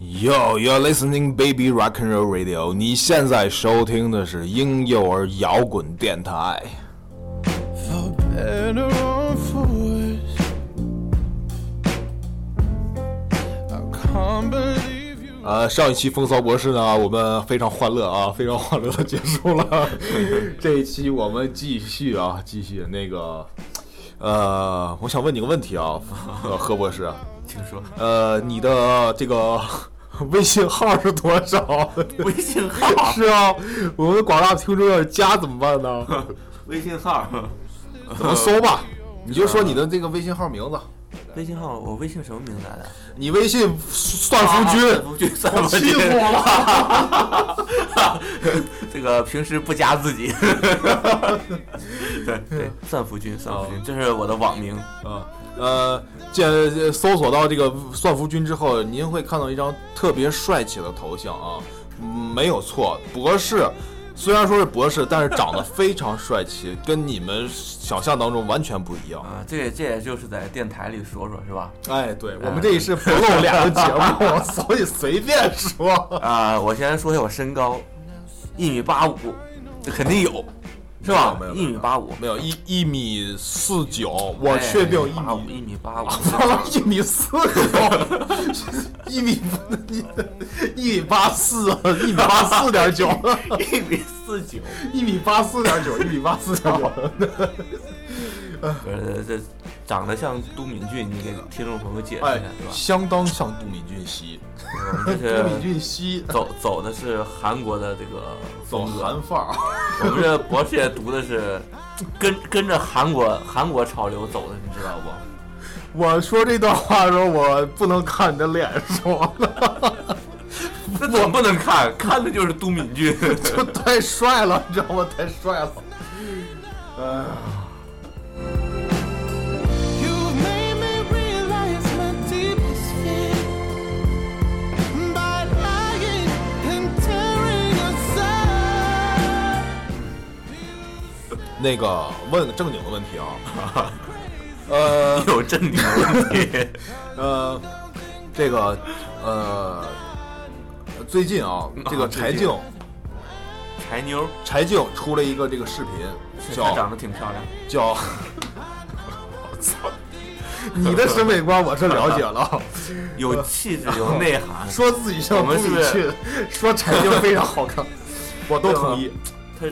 Yo, you're listening, baby, rock and roll radio。你现在收听的是婴幼儿摇滚电台。 For better or for worse, I can't believe you. 呃，上一期风骚博士呢，我们非常欢乐啊，非常欢乐的结束了。这一期我们继续啊，继续那个，呃，我想问你个问题啊， 呃何博士，请说，呃，你的这个微信号是多少？微信号，是啊，我们广大听众要是加怎么办呢？微信号，怎么搜吧？你就说你的这个微信号名字，微信号，我微信什么名字来的？你微信算夫君，夫君，算 夫欺君负，我了。这个平时不加 自己。对哦对，算夫君，算夫君，这是我的网名。啊，呃，见搜索到这个算夫君之后，您会看到一张特别帅气的头像啊，嗯没有错，博士。虽然说是博士，但是长得非常帅气，跟你们想象当中完全不一样。啊，这也这也就是在电台里说说是吧？哎，对我们这里是不露脸的 节目，所以随便说。啊，我先说一下我身高，一米八五，这肯定有，是吧没有？没有一米八五，没有一一米四九，我哎确定一米八一五，米一米八五。一米四九，一米一米八四，啊一米八四点九，一米四九，一米八四点九，一米八四点九。 不是这长得像都敏俊，你给听众朋友解释一下 哎，对吧？相当像杜敏俊熙，我们 杜敏这是俊熙走走的是韩国的这个走风格韩，范儿，我们这博士也读的是跟跟着韩国韩国潮流走的，你知道不？我说这段话的时候，我不能看你的脸 说，那怎么不能看？看的就是都敏俊。就太帅了，你知道吗？太帅了。哎， You've made me realize my deepest fear by lying and tearing aside. 那个问个正经的问题啊，呃， 有正经问题，呃，这个呃，最近啊，嗯这个柴静柴妞柴静出了一个这个视频，是她叫长得挺漂亮，叫， 我操，你的审美观我是了解了，有气质，有内涵。说自己像我们自是己去，说柴静非常好 看，我都同意。她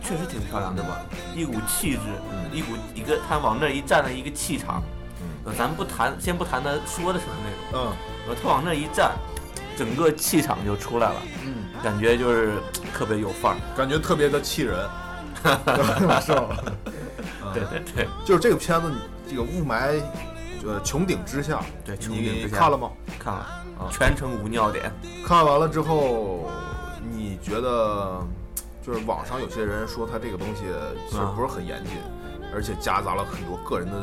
确实挺漂亮的吧？一股气质，一股一个她往那儿一站的一个气场。呃咱不谈，先不谈她说的什么内容。嗯呃，他往那一站，整个气场就出来了，嗯，感觉就是特别有范儿。感觉特别的气人， 是吧？ 嗯对对对，就是这个片子，这个雾霾，呃，穹顶之下，对穹顶你之下看了嗯吗？看了，全程无尿点。看完了之后，你觉得就是网上有些人说他这个东西其实不是很严谨，而且夹杂了很多个人的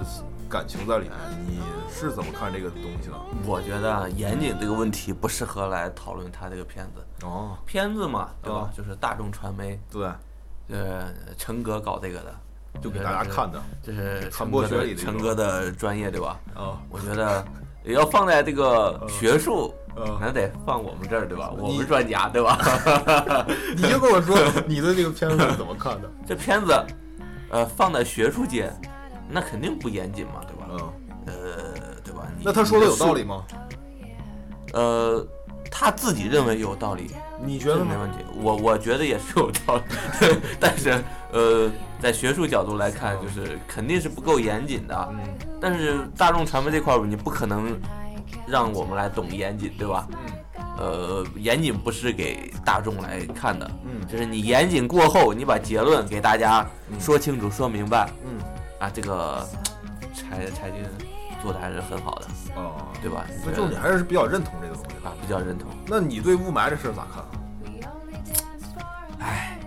感情在里面，你是怎么看这个东西的？我觉得啊严谨这个问题不适合来讨论他这个片子。哦，片子嘛，对吧？啊就是大众传媒，对，呃，陈哥搞这个的，就给大家看的。这是传陈播哥学里的的陈哥的专业，对吧？哦，我觉得也要放在这个学术呃，那得放我们这儿，对吧？我嗯你们专家，对吧？ 你就跟我说你对这个片子是怎么看的？这片子，呃，放在学术界，那肯定不严谨嘛，对吧？ 嗯，呃，对吧？你那他说的有道理？啊吗？呃，他自己认为有道理，你觉这得没呢？问题。我我觉得也是有道理， 对但是呃，在学术角度来看，就是肯定是不够严谨的。但是大众传媒这块儿，你不可能让我们来懂严谨，对嗯吧？呃，严谨不是给大众来看的，嗯就是你严谨过后，你把结论给大家说清楚、说明白，嗯，啊，这个柴柴军做的还是很好的，哦，对吧？那就是你觉还是比较认同这个东西得的。啊，比较认同。那你对雾霾这事儿咋看？唉，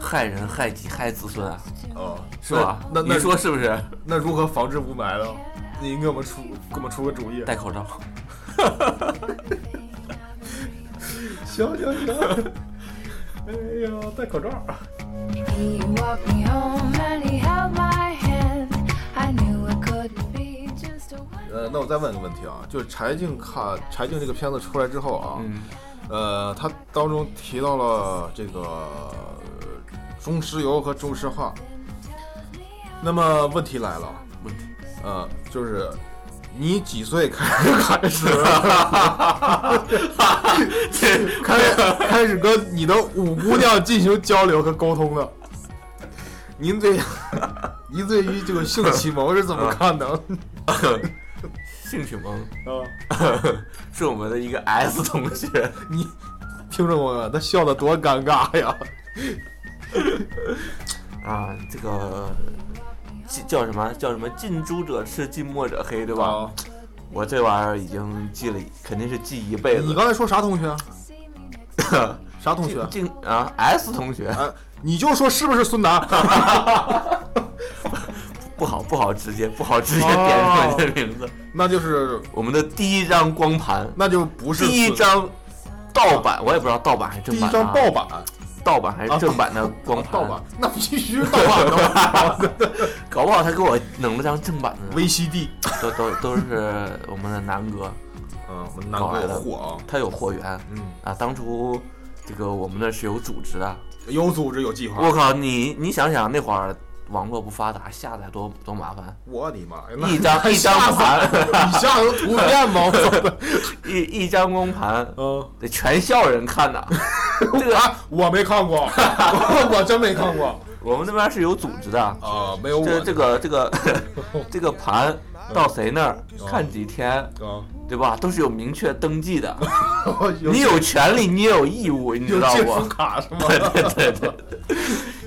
害人害己害子孙啊，哦，是吧？那那你说是不 是？那如何防治雾霾呢？你给我们出给我们出个主意。戴口 罩，行行行， 哎呀，戴口罩。 He walked me home and he held my hand. I knew it couldn't be just a one. 呃，那那我再问个问题啊，就是柴静看柴静这个片子出来之后啊，嗯呃，他当中提到了这个呃中石油和中石化。那么问题来了，问题呃，就是你几岁开始开始开始开始跟你的五姑娘进行交流和沟通的？您对 您对于这个性启蒙是怎么看的？性启蒙啊， 是我们的一个 S 同学， 你听众朋友们，他笑的多尴尬呀！啊，这个近叫什么叫什么？近朱者赤，近墨者黑，对对吧？？我这玩意儿已经记了，肯定是记一辈你子。刚才说啥同学？啥同学？近啊，S 同学啊，你就说是不是孙楠？ 不好不好直接不好直接点哦出你的名字。那就是，我们的第一张光盘，那就不是第一孙张盗版，我也不知道盗版还是第正一版、啊。张盗版，盗版还是正版的光盘？啊盗版，，那必须是盗 版的搞不好他给我弄了张正版的呢， ，VCD。都都都是我们的南哥，嗯，我南哥有货啊，他有货源嗯，啊。当初这个我们那是有组织啊，有组织有计划我。靠，你你想想那会儿网络不发达，下载多多麻烦，我的妈呀，那一张一张吓死盘，你下头图片吗？ 一一张光盘， 嗯，得全校人看 的。这个啊，我没看 过，我我真没看过我们那边是有组织的，啊，没有我这这个这个 这个盘到谁那儿哦看几天， 啊，对吧？都是有明确登 记的，有你有权利，你也有义务，你有知道借书不？卡是吗？ 对对对，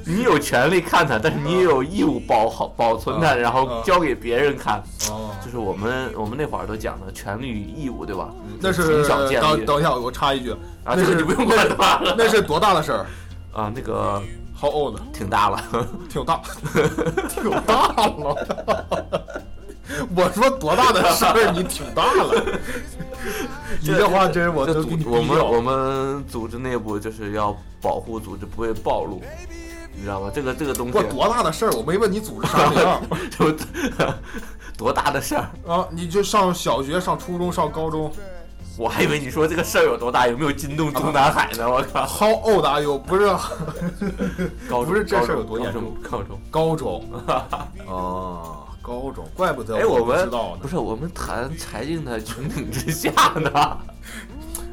你有权利看它，但是你也有义务保好保存它，嗯然后嗯交给别人看。哦。就是我们我们那会儿都讲的权利与义务，对吧？那是从小建等立等一下，我插一句，啊，那这个是你不用管他了那是多大的事儿 啊，那个？How old？挺大了，挺 大，挺 大了。 我说多大的事儿，你挺大 了。你这话真是我这都组给你我逼们掉我们组织内部就是要保护组织不会暴露，你知道吧？这个这个东西我，多大的事儿，我没问你组织啥 样就 多大的事儿？啊！你就上小学、上初中、上高中我还以为你说这个事儿有多大，有没有惊动中南海呢？我靠， ，How old are you？不是高中不是这高事儿有中多严重高中高中。高 中啊，高中，怪不得哎，我不们知道呢不。是我们谈柴静的穹顶之下呢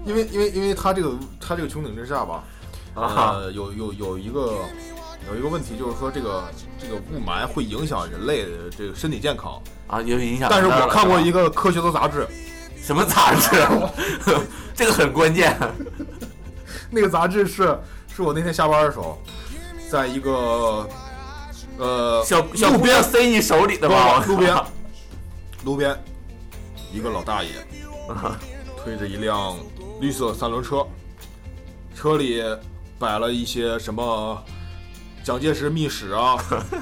因为因为因为他这个他这个穹顶之下吧，啊，呃，有有有一个有一个问题，就是说这个这个雾霾会影响人类的这个身体健康。啊，有影响到但了是吧。我看过一个科学的杂志，什么杂志？ 这个很关键。啊那个杂志是是我那天下班的时候，在一个呃小小路姑娘边塞你手里的吗？路边路边一个老大爷推着一辆绿色三轮车，车里摆了一些什么蒋介石秘史啊，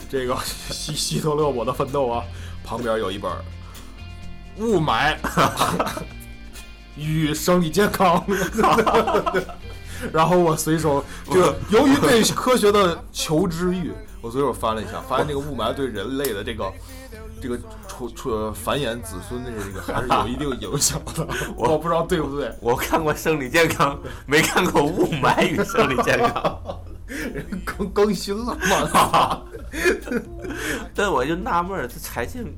这个希希特勒我的奋斗啊，旁边有一本《雾霾与生理健康》。 然后我随手这个，由于对科学的求知欲，我随手翻了一下，发现这个雾霾对人类的这个这个出出繁衍子孙的这个还 是有一定影响的。我我不知道对不对，我看过生理健康，没看过雾霾与生理健康。嗯更更新了 嘛？但我就纳闷儿，这柴静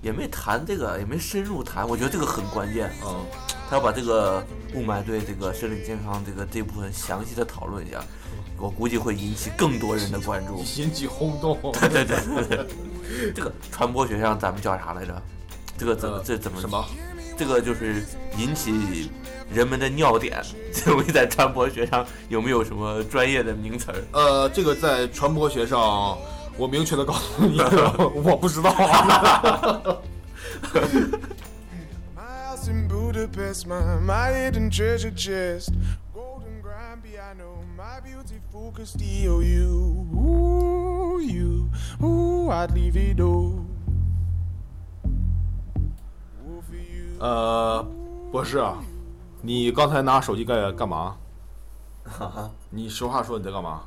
也没谈这个，也没深入谈。我觉得这个很关键，啊嗯，他要把这个雾霾对这个生理健康这个这部分详细的讨论一下，我估计会引起更多人的关注。 引起轰动。对对对对对，这个传播学上咱们叫啥来着？这个怎么、这呃怎么呃什么？这个就是引起人们的尿点， 这东西在传播学上有没有什么专业的名词儿？呃，这个在传播学上，我明确的告诉你， 我不知道。啊 My house in Budapest, my, my hidden treasure chest. Golden grand piano, my beautiful Castillo. You, ooh, you, ooh, I'd leave it all. Ooh, for you. 呃，博士啊，你刚才拿手机干干嘛？你实话说你在干嘛？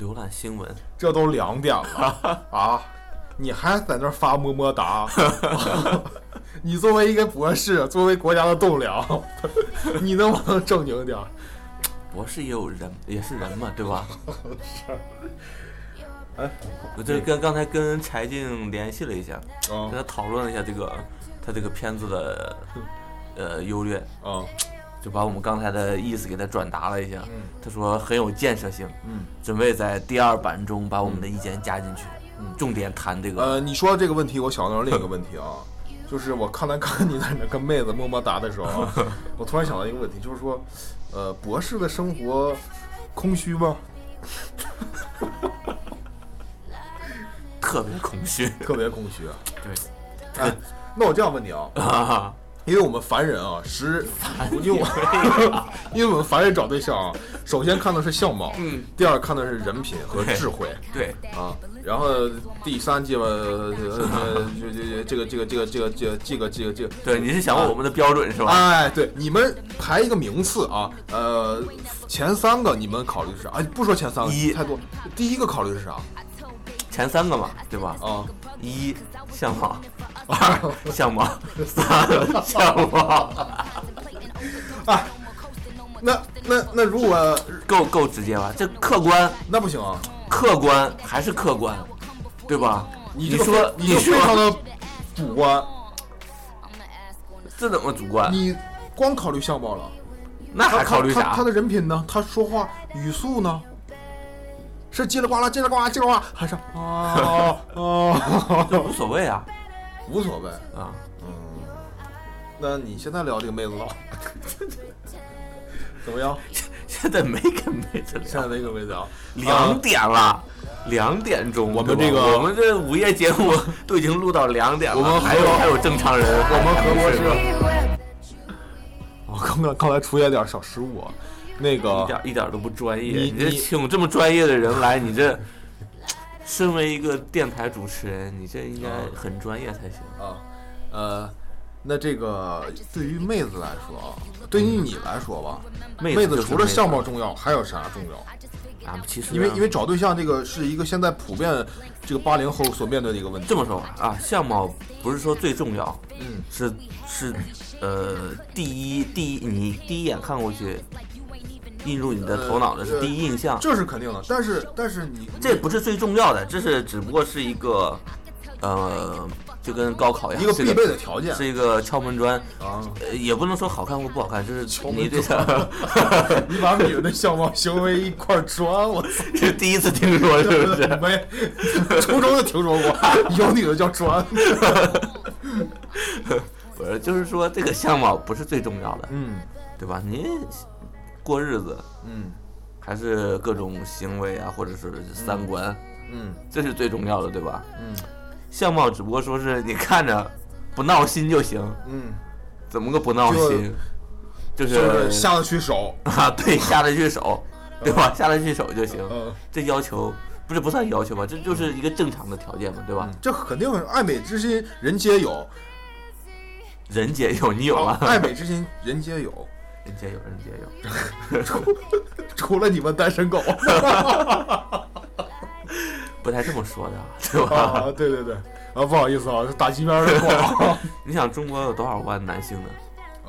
浏览新闻，这都两点了啊，你还在那儿发么么哒？ 你作为一个博士，作为国家的栋梁， 你能不能正经点儿？博士也有人，也是人嘛，对吧？哎，我这跟刚才跟柴静联系了一下，啊跟他讨论了一下这个他这个片子的呃优劣，啊，就把我们刚才的意思给他转达了一下。嗯他说很有建设性，嗯，准备在第二版中把我们的意见加进去，重点谈这个。嗯呃，你说这个问题，我想到另一个问题啊，就是我刚才看你在那跟妹子么么哒的时候啊，我突然想到一个问题，就是说，呃，博士的生活空虚吗？特别空虚。特别空虚。对，哎，那我这样问你啊，因为我们凡人啊，十， 因为我因为我们 凡人找对象啊，首先看的是相貌，嗯，第二看的是人品和智慧 对，啊，然后第三基本呃呃这个这个这个这个这个这个这个这个，对，你是想问我们的标准是吧？哎，对，你们排一个名次啊，呃，前三个你们考虑是啥？哎，不说前三个，一太多，第一个考虑是啥前三个嘛，对吧？啊？一 相貌，二相貌，三相貌，哎，那那那如果够够直接吧？这客观，那不行啊，客观还是客观，对吧？你你这个说非你这个非常啊说的主观，这怎么主观？你光考虑相貌了，那他还考虑他他啥他？的人品呢？他说话语速呢？是叽里呱啦叽里呱啦叽里呱啦，还是哦啊啊？这无所谓啊 无所谓。啊！那你现在聊这个妹子了， 怎么样？现在没跟妹子现聊，在没跟妹子聊，两啊点了。两点钟，我们对吧这个我们这午夜节目 都已经录到两点了，我们还有合还有正常人，我们合合播是，我刚刚刚才出现点小失误啊，那一个点一点都不专业。你你这你请这么专业的人来，你这身为一个电台主持人，你这应该哦很专业才行。啊，呃，那这个对于妹子来说啊，对于你来说吧，嗯妹妹子子就是除妹了子相貌重要，还有啥重要？啊，其实因为啊因为找对象这个是一个现在普遍这个八零后所面对的一个问题。这么说吧啊，相貌不是说最重要，嗯是是呃第一第一你第一眼看过去，映入你的头脑的是呃第一印象，这是肯定的，但是但是你这不是最重要的，这是只不过是一个呃就跟高考一样，一个是必备的条件是一个敲门砖。啊！呃，也不能说好看或不好看，就是门你对他，你把女人的相貌行为一块儿砖， 我操！ 这第一次听说是不是？没，初中就听说过，有女的叫砖。嗯不是，就是说这个相貌不是最重要的，嗯对吧？你过日子嗯还是各种行为啊，或者是三观，嗯这是最重要的，对吧？嗯相貌只不过说是你看着不闹心就行，嗯，怎么个不闹心？就就是是下得去手。啊，对，下得去手，对吧？下得去手就行。嗯，这要求不是不算要求吧？这就是一个正常的条件嘛，对吧？这肯定是爱美之心，人皆有。人皆有，你有啊吗？爱美之心，人皆有。 人皆有，人皆有。除了你们单身狗 不太这么说的啊，对吧？ 啊！对对对，啊，不好意思啊，打击面的不 好。你想中国有多少万男性呢？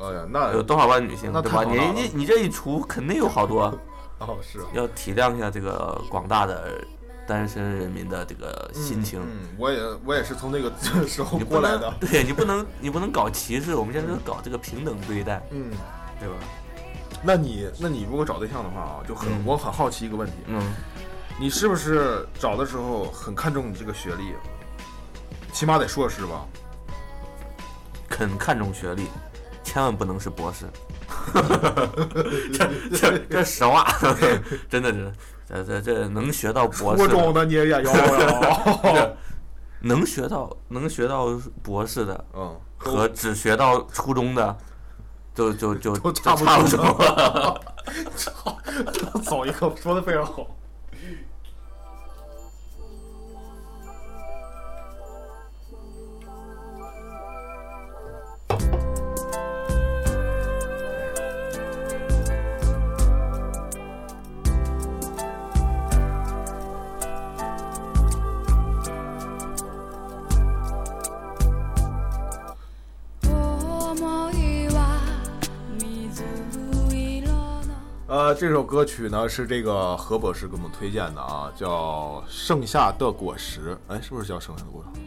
哎呀，那有多少万女性，那对太吧？好你了你你这一除，肯定有好多。啊哦是要体谅一下这个广大的单身人民的这个心情。嗯，我也我也是从那个 时候你不过来能的。对你不能，你不能搞歧视。我们现在就搞这个平等对待，嗯，对吧？那你那你如果找对象的话啊，就很、嗯我很好奇一个问题，嗯，你是不是找的时候很看重你这个学历？起码得硕士 吧？肯看重学历，千万不能是博士。这这 这实话，真的真的，这这这能学到博初士中的，的你也要 要能学到能学到博士的，嗯，和只学到初中的，就就就都就差差不不多多。走一个说的非常好。呃这首歌曲呢是这个何博士给我们推荐的啊，叫《盛夏的果实》。哎，是不是叫《盛夏的果实》？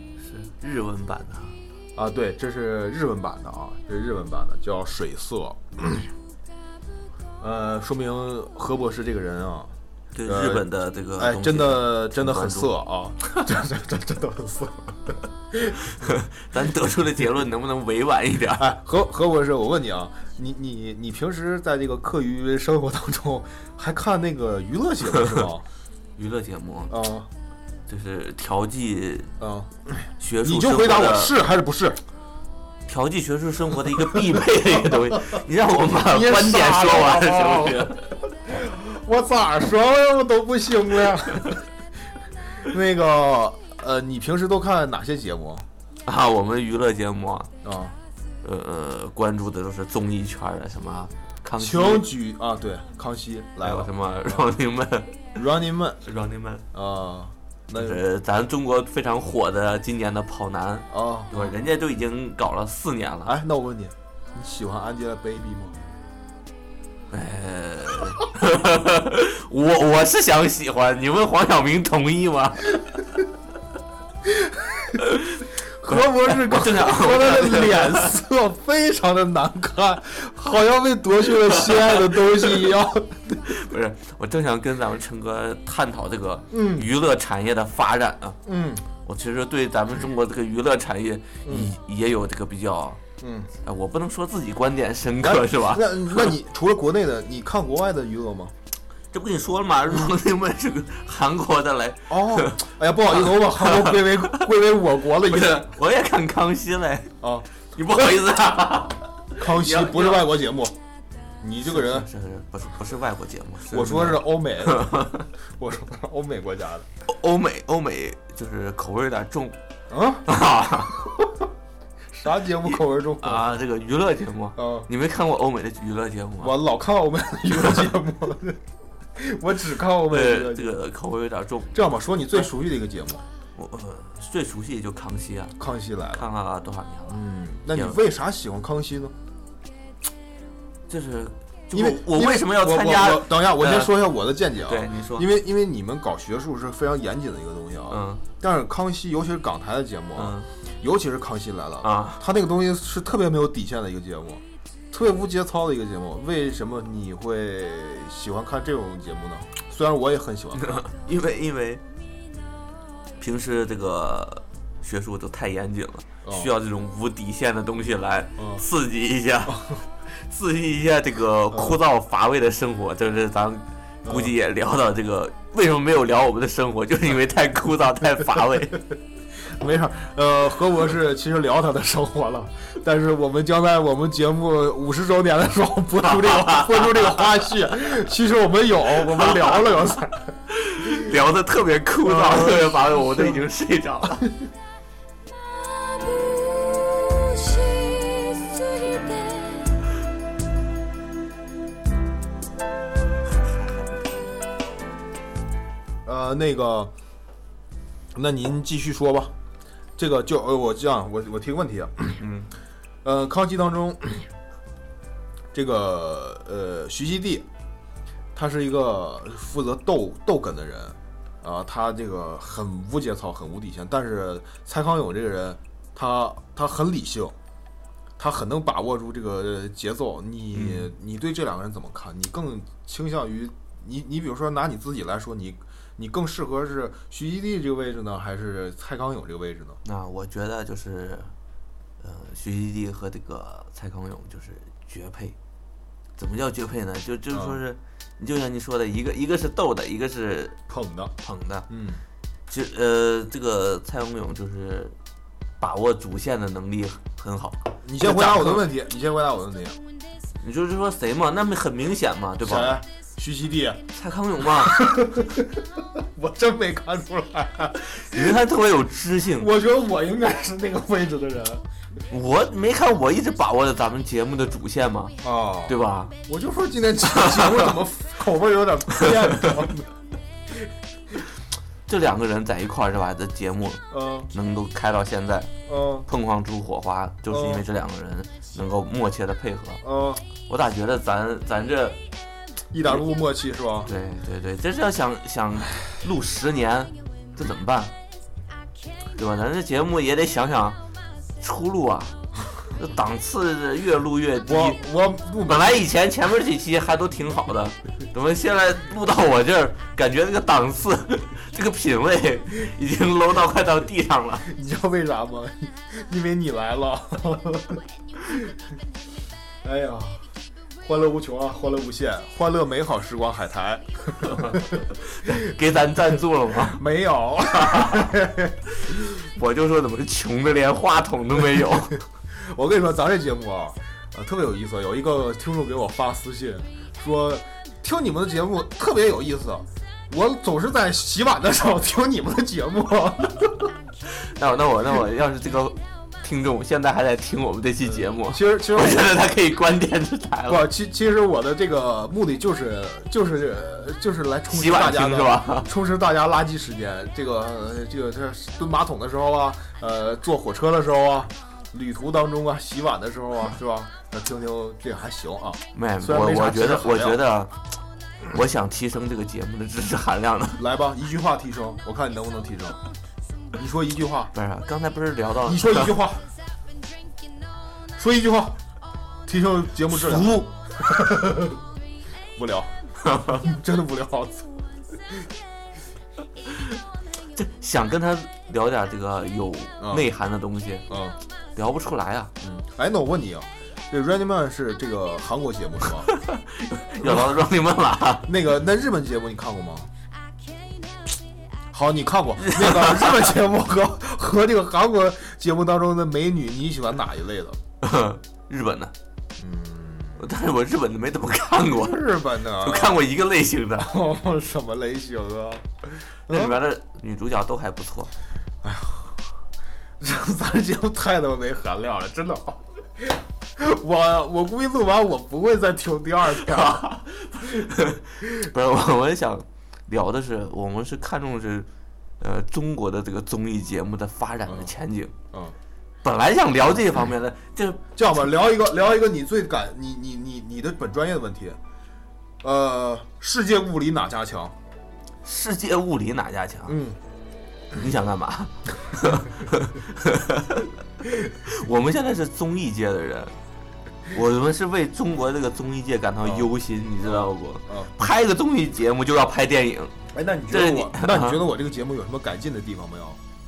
是日文版的，啊，对，这是日文版的啊，这是日文版的，叫《水色》。 呃，说明何博士这个人啊，对呃日本的这个哎，东西真，的真的很关注色啊，真真真真的很色。 咱得出的结论能不能委婉一点儿？哎，何何博士，我问你啊，你你你平时在这个课余生活当中还看那个娱乐节目是 吗？娱乐节目啊就是调剂啊，学术，你就回答我是还是不是？调剂学术生活的一个必备的一个 东西。你让我们把你观点傻说完了好是不好不是？ 我咋说我都不行了。 那个呃，你平时都看哪些节目啊，我们娱乐节目啊，啊？呃呃，关注的都是综艺圈的，什么康熙，请举啊，对，康熙还来有了什么 Running Man，Running ，Running Man Man，啊，那呃，咱中国非常火的今年的跑男，啊，对吧？人家都已经搞了四年了，哎，那我问你，你喜欢 Angelababy 吗？呃，我我是想喜欢，你问黄晓明同意吗？ 何博士 刚正常说他的脸色非常的难看，好像被夺去了心爱的东西一样。 不是，我正想跟咱们陈哥探讨这个嗯娱乐产业的发展啊。嗯我其实对咱们中国这个娱乐产业也也有这个比较，嗯，哎，我不能说自己观点深刻是吧？那那你除了国内的，你看国外的娱乐吗？这不跟你说了吗？running man 是个韩国的嘞， 哦，哎呀，不好意思，我把韩国归为归为我国了，已不经是， 我也看康熙嘞，啊。你不好意思啊。康熙你要不是外国节目，你这个人，是是不是不是外国节目？我说是欧美 的，我说是欧美国家的。欧欧美欧美就是口味有点 重啊，啊啥节目口味重啊？啊，这个娱乐节目，啊你没看过欧美的娱乐节目啊？我老看欧美的娱乐节目， 我只看欧美娱乐对，节这目。个口味有点重。这样吧，说你最熟悉的一个节目《我呃最熟悉也就康熙啊，康熙来了》。看了多少年了？嗯，那你也为啥喜欢康熙呢？就是，就因为我我因为什么要我参我加我？等一下，我先呃说一下我的见解啊。对，你说，因为因为你们搞学术是非常严谨的一个东西啊。嗯但是康熙，尤其是港台的节目，啊嗯尤其是康熙来了，啊，他那个东西是特别没有底线的一个节目，特别无节操的一个节目。为什么你会喜欢看这种节目呢？虽然我也很喜欢看，因为因为平时这个学术都太严谨了，哦需要这种无底线的东西来嗯刺激一 下，刺激一下这个枯燥乏味的生活。就是咱们估计也聊到这个，为什么没有聊我们的 生活，就是因为太枯燥太乏 味。 没事儿。呃，何博士其实聊他的生活了，但是我们将在我们节目五十周年的时候播出这个播出这个花絮。其实我们有，我们聊了有三，聊的特别枯燥，特别乏味，我都已经睡着了。呃，那个，那您继续说吧。这个就呃，我这样，我我提个问题啊，嗯，呃，康熙当中，这个呃徐熙娣，她是一个负责逗逗哏的人，啊、她这个很无节操，很无底线。但是蔡康永这个人，他他很理性，他很能把握住这个节奏。你、你对这两个人怎么看？你更倾向于你你比如说拿你自己来说，你你更适合是徐熙娣这个位置呢，还是蔡康永这个位置呢？ 那我觉得就是，呃，徐熙娣和这个蔡康永就是绝配。怎么叫绝配呢？就就是说是，你就像你说的，一个一个是逗的，一个是捧的，捧的。嗯就呃，这个蔡康永就是把握主线的能力很好。你先回答我的问题，你先回答我的问题，你就是说谁嘛？那么很明显嘛，对吧？谁？啊徐熙娣，蔡康永嘛，我真没看出来，你看特别有知性。我觉得我应该是那个位置的人我没看，我一直把握着咱们节目的主线嘛，啊。对吧？我就说今天这个节目怎么口味有点变了，这两个人在一块儿是吧？这节目嗯能够开到现在，嗯碰撞出火花，就是因为这两个人能够默契的配合。嗯我咋觉得咱咱这一点都不默契是吧？对对对，这是要想想录十年，这怎么办？对吧？咱这节目也得想想出路啊，这档次越录越低。我我录本来以前前面几期还都挺好的，怎么现在录到我这儿，感觉这个档次、 这个品味已经 low 到快到地上了。你知道为啥吗？因为你来了。哎呀，欢乐无穷啊，欢乐无限，欢乐美好时光海苔给咱赞助了 吗？没有。我就说怎么穷的连话筒都没有。我跟你说，咱这节目啊，呃，特别有意思。有一个听众给我发私信说，听你们的节目特别有意思。我总是在洗碗的时候听你们的节目，那我那我那我要是这个听众现在还在听我们这期节目，其实其实 我觉得他可以关电视台了。不，其其实我的这个目的就是就是就是来充 洗实碗大家厅的，是吧啊充实大家垃圾时间。这个呃这个这蹲马桶的时候啊，呃，坐火车的时候啊，旅途当中啊，洗碗的时候啊，是吧？那听听这还行啊， 没，虽然我没啥我觉知得识含我量觉得，我想提升这个节目的知识含量呢。 来吧，一句话提升，我看你能不能提升。你说一句话，不是，啊刚才不是聊到你说一句话，说一句话，提升节目质量。服 无聊， 真的无聊。这 想跟他聊点这个有嗯内涵的东西，嗯。聊不出来啊。 哎，那我问你啊，这 Running Man 是这个韩国节目是吧？要聊到 Running Man 了 啊，那个那日本节目你看过吗？好，你看过那个日本节目和和这个韩国节目当中的美女，你喜欢哪一类的？日本的，嗯，但是我日本的没怎么看过， 日本的就看过一个类型嗯的，过 什么类型啊？ 那里边的女主角都还不错。咱这节目太他妈没含量了，真的。我我估计录完我不会再听第二遍了。不是，我我想聊的是，我们是看重的是，呃，中国的这个综艺节目的发展的前景。嗯，本来想聊这方面的，就是这样吧，聊一个聊一个你最感你你你你的本专业的问题，呃，世界物理哪家强？世界物理哪家强？嗯，你想干嘛？ 我们现在是综艺界的人，我们是为中国这个综艺界感到哦忧心，你知道不？嗯拍个综艺节目就要拍电影，哎，那你觉这是得你啊我，那你觉得我这个节目有什么改进的地方没有？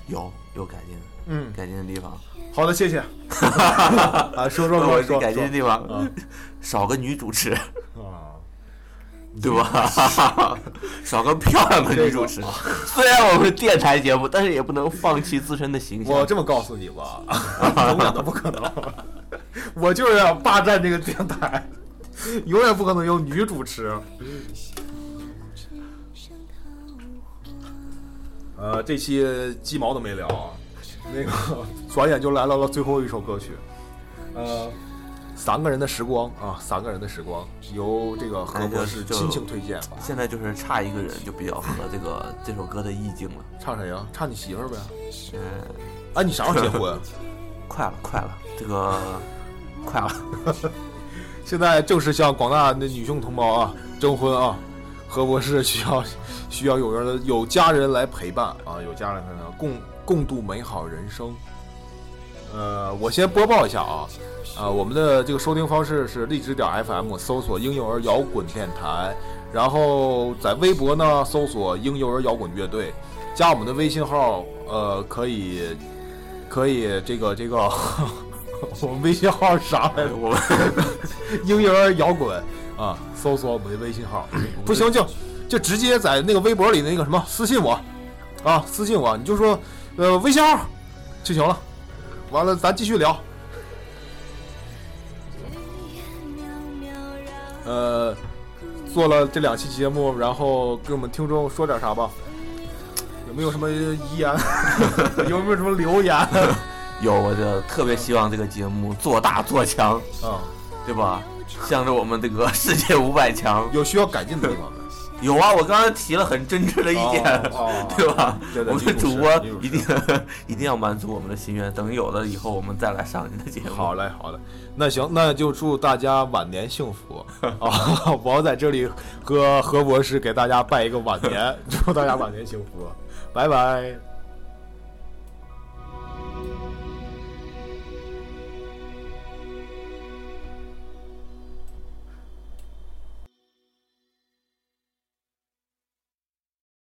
有有改进的，嗯，改进的地方。好的，谢 谢。啊，说说我说说改进的地啊方，少个女主持，说啊，对吧？少个漂亮的女主持。虽然我们是电台节目，但是也不能放弃自身的形象我。这么告诉你吧，永远都不可能， 我就是要霸占这个电台，永远不可能有女主持。呃，这期鸡毛都没聊啊，那个 转眼就来到了最后一首歌曲，呃，三个人的时光啊，三个人的时光，由这个何博士那就就亲情推荐吧。 现在就是差一个人，就比较合这个这首歌的意境了。差谁呀？差你媳妇儿呗。嗯，哎，你啥时候结婚？快了，快了，这个 快了。现在正式向广大的女性同胞啊征婚啊，何博士需要需要有人有家人来陪伴啊，有家人才能共共度美好人生。呃，我先播报一下啊，呃，我们的这个收听方式是荔枝点 FM 搜索“婴幼儿摇滚电台”，然后在微博呢搜索“婴幼儿摇滚乐队”，加我们的微信号，呃，可以可以这个这 个，我们微信号是啥来着？我们 婴幼儿摇滚啊，搜索我们的微信 号，不行就就直接在那个微博里那个什么私信我啊，私信我，你就说呃微信号就行了。完了，咱继续聊。呃，做了这两期节目，然后给我们听众说点啥吧？有没有什么遗言？ 有没有什么留言？ 有我这特别希望这个节目做大做强，啊，对吧？向着我们这个世界五百强，有需要改进的地方吗？有啊，我刚刚提了很真挚的意见，哦哦 对吧？对对我们主女播主持一定 一定要满足我们的心愿，等有了以后，我们再来上您的节目。好嘞，好嘞，那行，那就祝大家晚年幸 福啊！我要在这里和何博士给大家拜一个晚年，祝大家晚年幸福，拜拜。